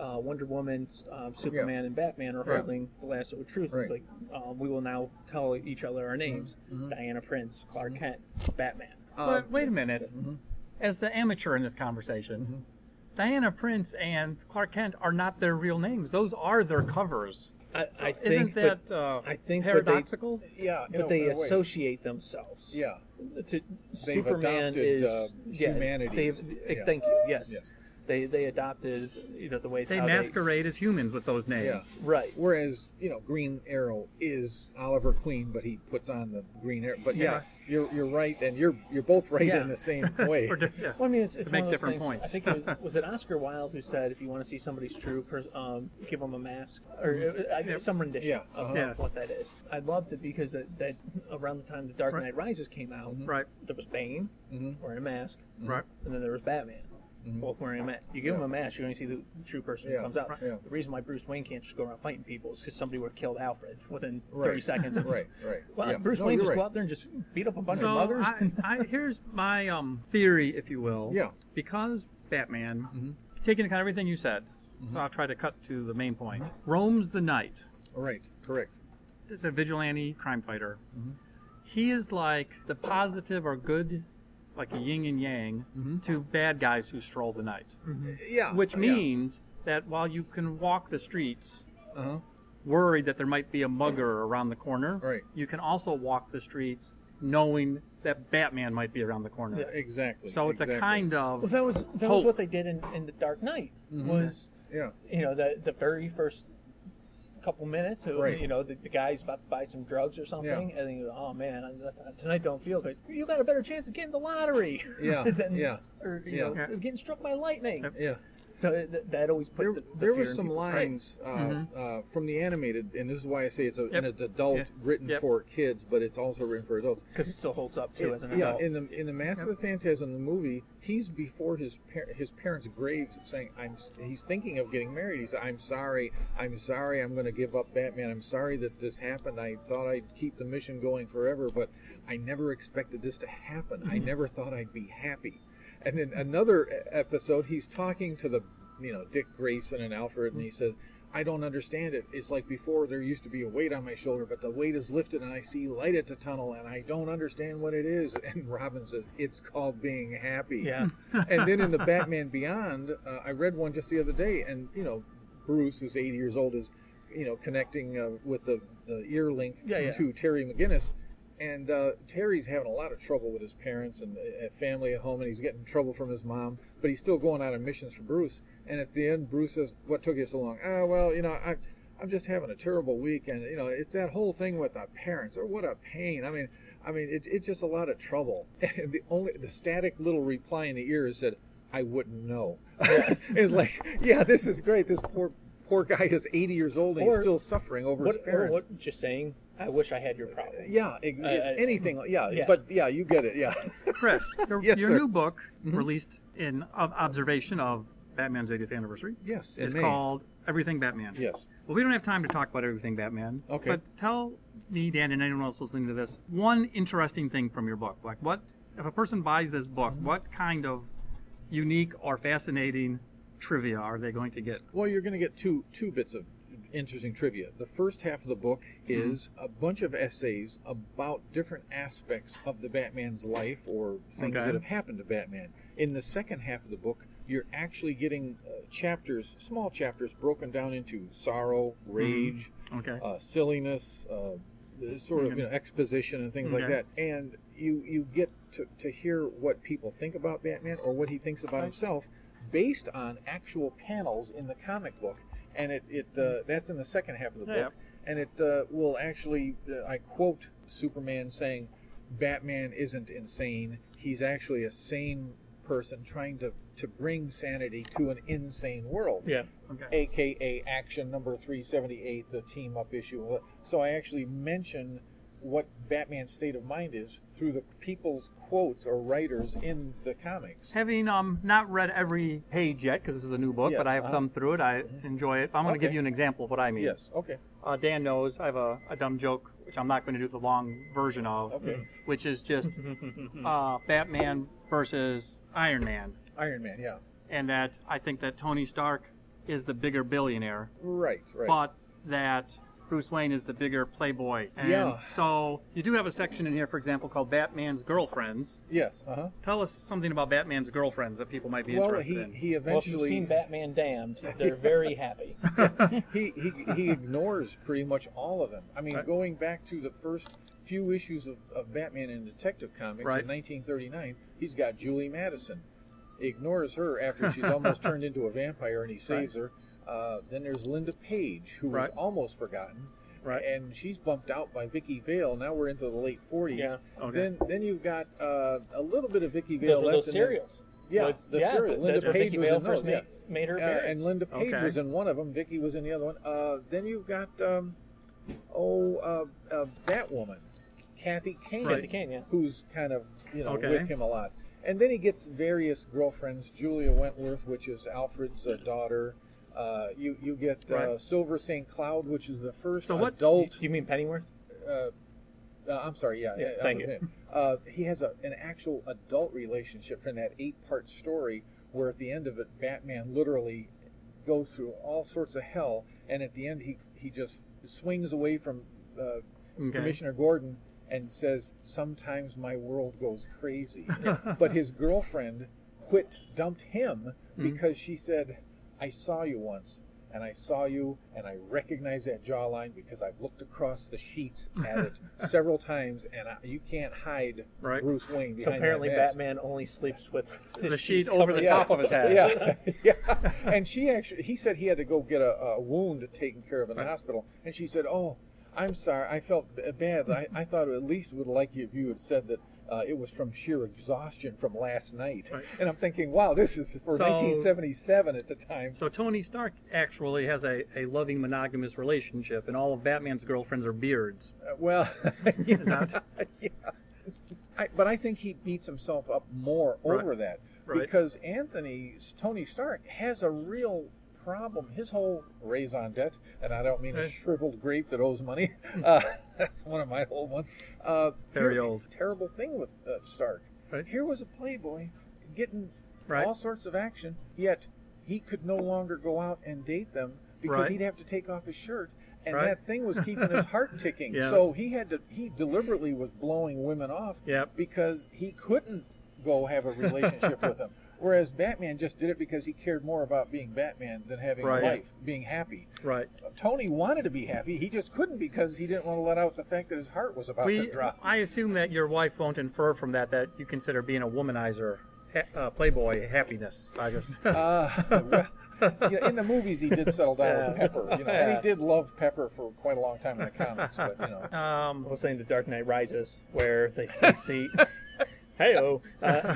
uh, Wonder Woman, um, Superman, and Batman are
Hmm. Yeah.
holding the lasso of truth. It's
Right. Hmm.
like um, we will now tell each other our names: Diana Prince, Clark Kent, Batman.
Um,
But wait a minute.
Mm-hmm.
As the amateur in this conversation, Diana Prince and Clark Kent are not their real names. Those are their covers.
Mm-hmm.
I, I think
Isn't that
but
uh,
I think that they-
paradoxical?
Yeah.
but they associate themselves.
Yeah.
To, Superman
adopted,
is
uh,
yeah,
humanity.
They,
Yeah.
Thank you. Yes.
Yes.
They they adopted you know the way
They
how
masquerade as humans with those names.
right.
Whereas you know Green Arrow is Oliver Queen, but he puts on the Green Arrow. But yeah, you're you're right, and you're you're both right
Yeah.
in the same way.
Or do- yeah.
Well, I mean, it's, it's
make
one of those
different
things.
points.
I think it was, was it Oscar Wilde who said, "If you want to see somebody's true, pers- um, give them a mask," or uh, I guess some rendition
Mm-hmm. Yeah,
of
uh-huh.
Yes.
what that is. I loved it because that, that around the time The Dark Knight Rises came out,
Mm-hmm.
Right.
there was Bane wearing a mask,
Right.
and then there was Batman. Both wearing a mask. You give them a mask, you're going to see the, the true person
Mm-hmm. Yeah,
who comes out.
right. Yeah.
The reason why Bruce Wayne can't just go around fighting people is because somebody would have killed Alfred within 30
Right.
seconds. Of,
Right, right.
Well,
Yeah.
Bruce
No,
Wayne
you're
just go
right.
out there and just beat up a bunch of
So
mothers.
I, I, here's my um, theory, if you will.
Yeah.
Because Batman, taking into account everything you said, so I'll try to cut to the main point. Roams the night.
Right. Correct.
It's a vigilante crime fighter. He is like the positive or good, like a yin and yang, to bad guys who stroll the night.
Yeah.
Which
yeah.
means that while you can walk the streets
Uh-huh.
worried that there might be a mugger around the corner,
Right.
you can also walk the streets knowing that Batman might be around the corner.
Exactly.
So it's
exactly.
a kind of
Well, that was that
Hope. Mm-hmm.
was what they did in, in the Dark Knight. Was
Yeah.
you know the the very first couple minutes, who,
Right.
you know the, the guy's about to buy some drugs or something,
Yeah.
and then you go, oh man, I, tonight don't feel good. You got a better chance of getting the lottery.
Yeah,
than,
yeah.
Or you
Yeah.
know
Yeah.
getting struck by lightning.
Yeah.
So uh, th- that always put
there,
the, the
there
fear
were
in
some
people's face.
lines uh, uh, from the animated, and this is why I say it's, a,
Mm-hmm. Yep.
and it's adult
Yeah.
written
Yep.
for kids, but it's also written for adults.
because it still holds up too as an
yeah,
adult.
in the in the Mask of the Phantasm, the movie, he's before his par- his parents' graves, saying, "I'm." s- He's thinking of getting married. He's, "I'm sorry, I'm sorry, I'm going to give up Batman. I'm sorry that this happened. I thought I'd keep the mission going forever, but I never expected this to happen. I
Mm-hmm.
never thought I'd be happy." And then another e- episode, he's talking to the, you know, Dick Grayson and Alfred, and he said. I don't understand it. It's like before there used to be a weight on my shoulder, but the weight is lifted and I see light at the tunnel and I don't understand what it is. And Robin says, It's called being happy.
Yeah.
and then in the Batman Beyond, uh, I read one just the other day, and, you know, Bruce, who's 80 years old, is, you know, connecting uh, with the, the ear link
Yeah, yeah.
to Terry McGinnis. And uh, Terry's having a lot of trouble with his parents and uh, family at home, and he's getting trouble from his mom. But he's still going out on missions for Bruce. And at the end, Bruce says, "What took you so long?" Ah, well, you know, I, I'm just having a terrible week, and you know, it's that whole thing with the parents. Or what a pain. I mean, I mean, it, it's just a lot of trouble. And the only the static little reply in the ear is that I wouldn't know. it's like, yeah, this is great. This poor poor guy is 80 years old and he's
Or-
still suffering over
what,
his
or
parents.
what? Just saying. I wish I had your problem.
Yeah, ex- it's
I-
anything. Yeah,
yeah.
but yeah, you get it. Yeah,
Chris, your,
Yes,
your
sir. Mm-hmm.
new book, released in ob- observation of Batman's 80th anniversary,
Yes, in
is
May.
called Everything Batman.
Yes.
Well, we don't have time to talk about everything Batman.
Okay.
But tell me, Dan, and anyone else listening to this, one interesting thing from your book. Like, what if a person buys this book?
Mm-hmm.
What kind of unique or fascinating trivia are they going to get?
Well, you're going to get two two bits of interesting trivia. The first half of the book is a bunch of essays about different aspects of the Batman's life or things
Okay.
that have happened to Batman. In the second half of the book, you're actually getting uh, chapters, small chapters, broken down into sorrow, rage,
Mm-hmm. Okay. Mm-hmm.
uh, silliness, uh, sort of you know, exposition and things like
Okay.
that. And you you get to, to hear what people think about Batman or what he thinks about himself based on actual panels in the comic book. And it, it uh, that's in the second half of the
Mm-hmm. Yeah,
book. And it uh, will actually, uh, I quote Superman saying, Batman isn't insane. He's actually a sane person trying to, to bring sanity to an insane world
Yeah.
Okay.
aka action number 378 the team up issue so i actually mention what batman's state of mind is through the people's quotes or writers in the comics
Having um, not read every page yet, because this is a new book, but
Yes,
I have
uh-huh.
thumbed through it. I enjoy it. I'm going to give
Okay.
you an example of what I mean.
yes okay
uh, Dan knows I have a, a dumb joke, which I'm not going to do the long version of,
Okay.
which is just uh, Batman versus Iron Man,
iron man yeah
and that I think that Tony Stark is the bigger billionaire,
right right
but that Bruce Wayne is the bigger playboy. And
Yeah.
So you do have a section in here, for example, called Batman's girlfriends.
yes uh-huh
Tell us something about Batman's girlfriends that people might be
well
interested
he
in.
he
Well, if you've
eventually
seen Batman Damned, they're very happy.
he, he he ignores pretty much all of them. I mean,
Right.
going back to the first few issues of, of Batman and Detective Comics
Right.
in 1939, he's got Julie Madison. He ignores her after she's almost turned into a vampire, and he saves her. Uh, then there's Linda Page, who
Right.
was almost forgotten.
Right.
And she's bumped out by Vicki Vale. Now we're into the late 40s.
Yeah.
Okay.
Then then you've got uh, a little bit of Vicki Vale
Those were
left. in
those
there.
serials.
Yeah,
Those-
the
yeah,
serial.
that's
Linda
where
Page
Vicki
was
Vale
in those,
first
yeah.
made, made her
Uh,
appearance.
and Linda Page
Okay.
was in one of them. Vicky was in the other one. Uh, then you've got um, oh uh, uh, Batwoman, Kathy Kane,
Right. Kathy Kane, yeah.
who's kind of you know
Okay.
with him a lot. And then he gets various girlfriends. Julia Wentworth, which is Alfred's uh, daughter. Uh, you you get uh,
Right.
Silver St. Cloud, which is the first
So what-
adult.
you mean Pennyworth?
Uh, I'm sorry. Yeah.
Yeah,
I- I
thank
was-
you.
Uh, he has a, an actual adult relationship from that eight-part story, where at the end of it, Batman literally goes through all sorts of hell, and at the end, he he just swings away from uh, Commissioner Gordon and says, "Sometimes my world goes crazy." but his girlfriend quit, dumped him
Hmm.
because she said, "I saw you once." And I saw you, and I recognize that jawline because I've looked across the sheets at it several times, and I, you can't hide
Right.
Bruce Wayne
So
behind
apparently
that mask.
Batman only sleeps with
The sheet over the top of his head.
Yeah, yeah. And she actually, he said he had to go get a, a wound taken care of in the hospital, and she said, "Oh, I'm sorry. I felt b- bad. I, I thought at least would like you if you had said that." Uh, it was from sheer exhaustion from last night, and I'm thinking, "Wow, this is for
So-
1977 at the time."
So Tony Stark actually has a, a loving monogamous relationship, and all of Batman's girlfriends are beards.
Uh, well,
Not-
I, but I think he beats himself up more
Right.
over that
Right.
because Anthony Tony Stark has a real problem. His whole raison d'être, and I don't mean
Eh.
a shriveled grape that owes money. Uh, that's one of my old ones. Uh,
Very
here-
old.
Terrible thing with uh, Stark.
Right.
Here was a playboy getting
Right.
all sorts of action, yet he could no longer go out and date them because
Right.
he'd have to take off his shirt. And
Right.
that thing was keeping his heart ticking.
Yes.
So he had to he deliberately was blowing women off
Yep.
because he couldn't go have a relationship with them whereas batman just did it because he cared more about being batman than having
Right.
a life being happy
right.
tony wanted to be happy he just couldn't because he didn't want to let out the fact that his heart was about to
We,
drop
I assume that your wife won't infer from that that you consider being a womanizer, ha- uh, playboy happiness. I just
well, you know, in the movies he did settle down with pepper you know and he did love pepper for quite a long time
Uh-huh.
in the comics but you know
I was saying the Dark Knight Rises, where they, they see Hey, oh. Uh,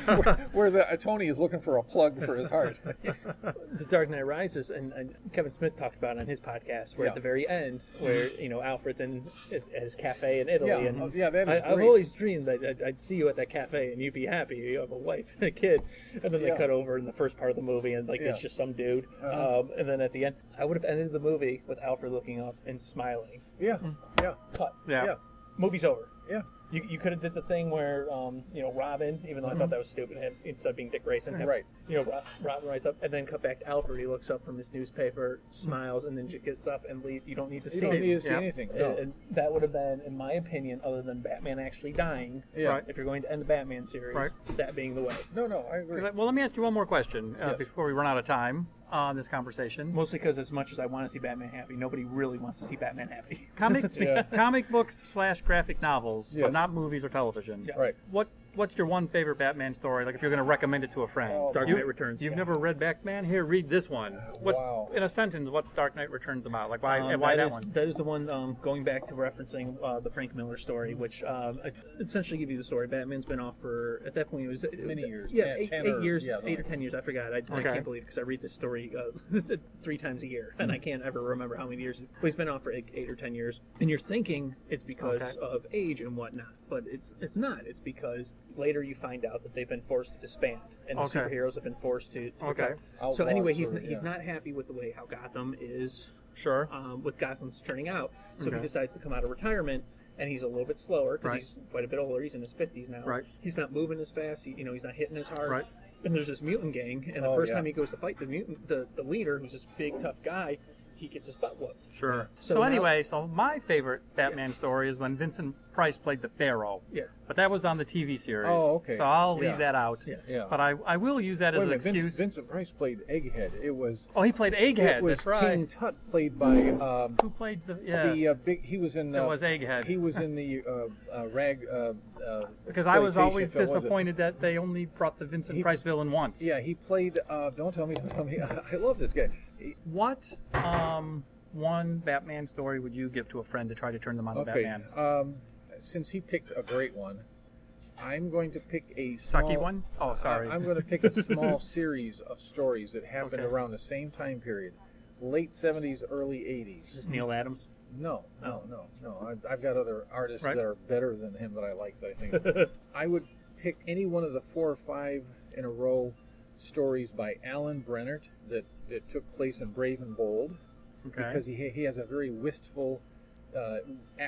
where the, uh, Tony is looking for a plug for his heart.
the Dark Knight Rises, and, and Kevin Smith talked about it on his podcast, where
Yeah.
at the very end, where you know Alfred's in at his cafe in Italy,
Yeah,
and
oh, yeah, that is
I, I've
great.
always dreamed that I'd, I'd see you at that cafe and you'd be happy. You have a wife and a kid, and then
Yeah.
they cut over in the first part of the movie, and like it's
Yeah. Uh-huh.
just some dude, um, and then at the end, I would have ended the movie with Alfred looking up and smiling.
yeah, yeah,
Cut.
Yeah.
yeah,
Movie's over.
yeah.
You, you could have did the thing where um, you know Robin, even though I thought that was stupid, him instead of being Dick Grayson, have,
Mm-hmm. Right.
You know, Rob, Robin rises up and then cut back to Alfred. He looks up from his newspaper, smiles, and then just gets up and leaves. You don't need to
You
see
don't
it.
need to see
Yeah. Uh,
anything.
And-
No.
and that would have been, in my opinion, other than Batman actually dying.
Yeah.
Right.
If you're going to end the Batman series,
Right.
that being the way.
no, no, I agree.
Well, let me ask you one more question uh,
Yes.
before we run out of time on this conversation.
Mostly because, as much as I want to see Batman happy, nobody really wants to see Batman happy.
comic
Let's be
Yeah.
comic books slash graphic novels,
Yes.
but not movies or television.
Yeah.
Right.
What What's your one favorite Batman story? Like if you're going to recommend it to a friend,
Oh, Dark
You've-
Knight Returns,
You've
yeah.
never read Batman? Here, read this one. What's
Wow.
in a sentence? What's Dark Knight Returns about? Like why?
Um,
and why that
is-
one?
That is the one. Um, going back to referencing uh, the Frank Miller story, which um, I- essentially give you the story. Batman's been off for at that point it was it-
Many years.
Yeah,
Ten-
eight,
ten
eight
or-
years,
yeah, something
eight or
like
ten years. I forgot. I, I
Okay.
can't believe because I read this story uh, three times a year,
Hmm.
and I can't ever remember how many years. But he's been off for eight, eight or ten years, and you're thinking it's because
Okay.
of age and whatnot, but it's it's not. It's because later you find out that they've been forced to disband, and
Okay.
the superheroes have been forced to. to
Okay.
become- So anyway, he's
Outlaws or-
he's
yeah.
not happy with the way how Gotham is
Sure.
um, with Gotham's turning out. So
Okay.
he decides to come out of retirement, and he's a little bit slower because
Right.
he's quite a bit older. He's in his fifties now.
Right.
He's not moving as fast. He, you know, he's not hitting as hard.
Right.
And there's this mutant gang, and the
Oh,
first
yeah.
time he goes to fight the mutant, the, the leader, who's this big tough guy, he gets his butt whooped.
Sure. So,
So now-
anyway, so my favorite Batman story is when Vincent Price played the Pharaoh.
Yeah.
But that was on the TV series.
Oh, okay.
So I'll leave
Yeah.
that out.
Yeah.
Yeah.
But I, I will use that as
Wait a
an
minute,
excuse.
Vincent, Vincent Price played Egghead. It was
oh, he played Egghead.
it was
that's right.
King Tut played by um,
Who played the? Yes.
the uh, big. He was in.
It
Uh,
was Egghead.
He was in the uh, uh, rag. Uh, uh,
Because I was
exploitation
always
film, was it?
disappointed that they only brought the Vincent
He-
Price villain once.
Yeah, he played. Uh, don't tell me. Don't tell me. I love this guy. He-
What um, one Batman story would you give to a friend to try to turn them on to
Okay.
Batman?
Um, since he picked a great one, I'm going to pick a small,
Sucky one? Oh, sorry.
Uh, I, am going to pick a small series of stories that happened
Okay.
around the same time period, late '70s, early '80s.
Is this Neil Adams?
No, no, no, no. I've, I've got other artists
Oh. Right.
that are better than him that I like. I think I would pick any one of the four or five in a row stories by Alan Brennert that that took place in Brave and Bold
okay.
because he he has a very wistful uh,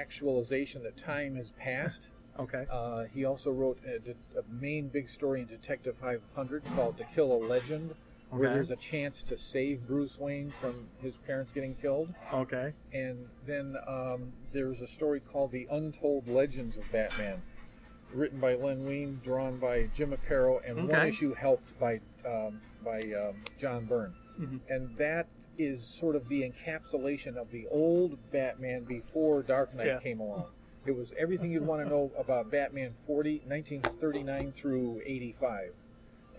actualization that time has passed.
Okay.
Uh, he also wrote a, de- a main big story in Detective 500 called To Kill a Legend, where
Okay.
there's a chance to save Bruce Wayne from his parents getting killed.
Okay.
And then um, there was a story called The Untold Legends of Batman, written by Len Wein, drawn by Jim Aparo, and one
Okay.
issue helped by um, by um, John Byrne. And that is sort of the encapsulation of the old Batman before Dark Knight
Yeah.
came along. It was everything you'd want to know about Batman 40, 1939 through 85.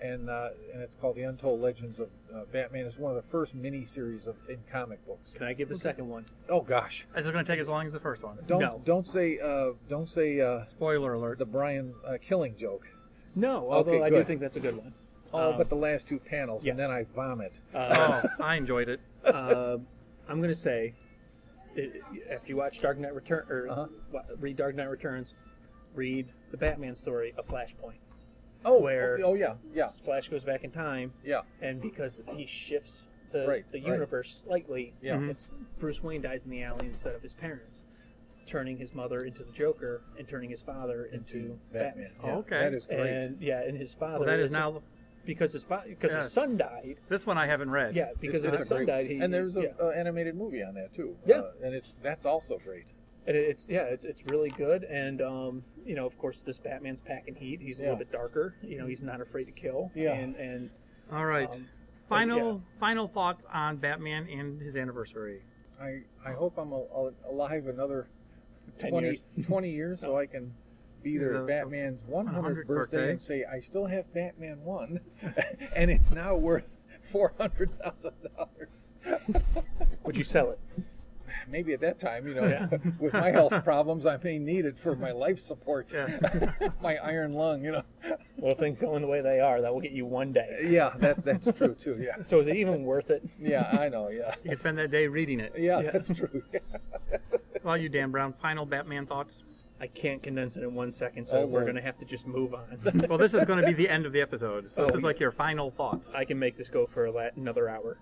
And, uh, and it's called The Untold Legends of uh, Batman. It's one of the first miniseries of, in comic books.
Can I give the second one?
Oh, gosh.
Is it going to take as long as the first one?
Don't
No.
don't say uh, don't say uh,
Spoiler alert.
the Brian uh, killing joke.
No, although I do
good.
think that's a good one.
Oh, but the last two panels,
Um, yes.
and then I vomit.
oh, I enjoyed it.
uh, I'm gonna say, it, after you watch Dark Knight Return or wa- read Dark Knight Returns, read the Batman story of Flashpoint.
oh,
where-
Oh, yeah, yeah,
Flash goes back in time,
yeah.
and because he shifts the,
Right,
the
right.
universe slightly,
Yeah. Mhm.
it's, Bruce Wayne dies in the alley instead of his parents, turning his mother into the Joker and turning his father into, Batman.
Yeah,
Okay.
that is great.
And yeah, and his father.
Well, that is
is-
now
because his father because
Yeah.
his son died.
this one I haven't read.
Yeah, because of
That's
his
a
son
great-
died. He,
and there's an
yeah.
animated movie on that too.
Yeah.
Uh, and it's that's also great.
And it- it's yeah, it's, it's really good. And um, you know, of course, this Batman's packing heat. He's a
Yeah.
little bit darker. You know, he's not afraid to kill.
Yeah.
And and
All right.
Um,
final final thoughts on Batman and his anniversary.
I I hope I'm al- al- alive another
10
20
years.
20 years so I can be there
The-
at Batman's 100th
100th
birthday,
birthday.
and say I still have Batman one, and it's now worth four hundred thousand dollars.
would you sell it?
maybe at that time, you know, with my health problems, I may need it for my life support, my iron lung, you know.
Well, things going the way they are, that will get you one day.
Yeah, that that's true too. Yeah,
So is it even worth it?
yeah, I know. Yeah,
You can spend that day reading it.
yeah, that's true. Yeah.
Well, you Dan Brown, final Batman thoughts.
I can't condense it in one second, so
Oh,
we're
well.
going to have to just move on.
Well, this is going to be the end of the episode. So this
Oh,
is
yeah.
like your final thoughts.
I can make this go for a la- another hour.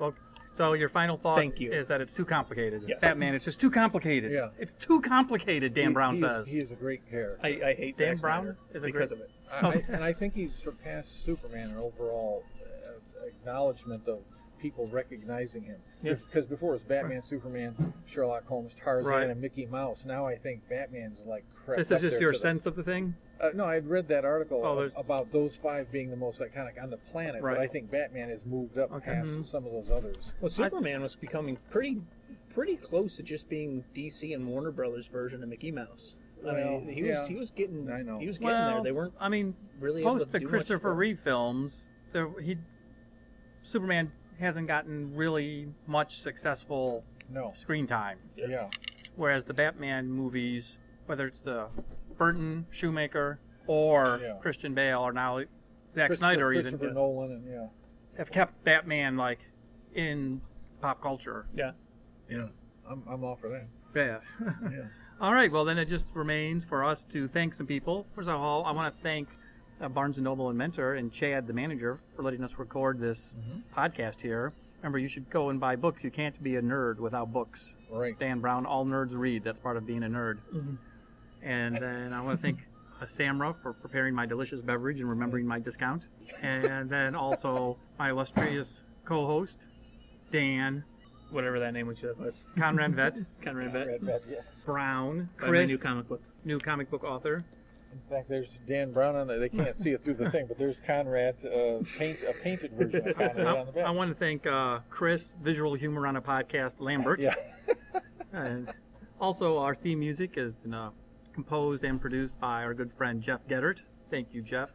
Well, so your final thought
Thank you.
is that it's too complicated.
Yes.
Batman, it's just too complicated.
Yeah.
It's too complicated, Dan Brown
he, he
says.
is, he is a great character,
I, I hate
Dan
Zack
Brown
Snyder
is a
because
great-
of it.
I, I- and I think he's surpassed Superman in overall uh, acknowledgement of people recognizing him.
Yeah.
Because before it was Batman, Superman, Sherlock Holmes, Tarzan,
Right.
and Mickey Mouse. Now I think Batman's like crap.
this is just your sense of the thing?
Uh, no, I'd read that article
Oh, there's-
about those five being the most iconic on the planet,
Right.
but I think Batman has moved up
Okay. Mm-hmm.
past some of those others.
Well, Superman was becoming pretty, pretty close to just being DC and Warner Brothers' version of Mickey Mouse. I
Well,
mean, he was
yeah.
he was getting
I know.
he was getting there. They weren't.
I mean,
really able
post
to
the
do much
Christopher
for-
Reeve films, there, he Superman hasn't gotten really much successful
No.
screen time.
Yeah.
Whereas the Batman movies, whether it's the Burton, Shoemaker, or
Yeah.
Christian Bale, or now Zack
Christopher-
Snyder, even
Christopher Nolan and yeah.
have kept Batman like in pop culture.
Yeah.
Yeah. I'm, I'm all for that.
Yeah.
Yeah.
All right. Well, then it just remains for us to thank some people. First of all, I want to thank uh, Barnes and Noble and Mentor and Chad, the manager, for letting us record this podcast here. Remember, you should go and buy books. You can't be a nerd without books.
Right.
Dan Brown, all nerds read. That's part of being a nerd.
Mm-hmm.
And then I want to thank uh, Samra for preparing my delicious beverage and remembering my discount. And then also my illustrious co-host, Dan
Whatever that name was, that was
Conrad Vet
Conrad Vett,
Red Bat, yeah.
Brown,
by my
Chris,
new comic book.
new comic book author.
In fact, there's Dan Brown on there. They can't see it through the thing, but there's Conrad, uh, paint, a painted version of Conrad on the back.
I want to thank uh, Chris, Visual Humor on a Podcast, Lambert.
yeah.
And also, our theme music has been uh, composed and produced by our good friend Jeff Gedert. Thank you, Jeff.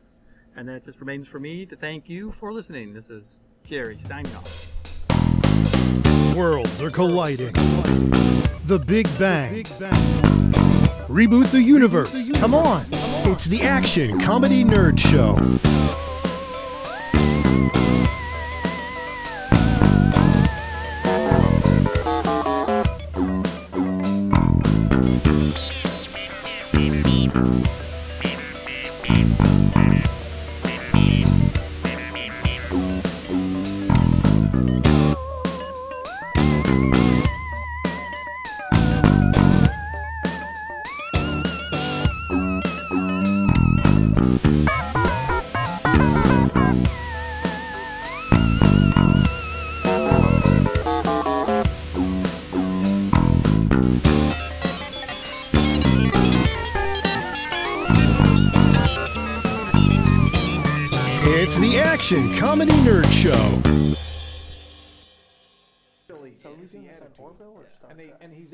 And then it just remains for me to thank you for listening. This is Jerry signing off.
Worlds are colliding. The Big Bang. Reboot the universe. Come on. It's the Action Comedy Nerd Show. It's the Action Comedy Nerd Show.
So is he on the Orville or Star
And,
Trek?
they, and he's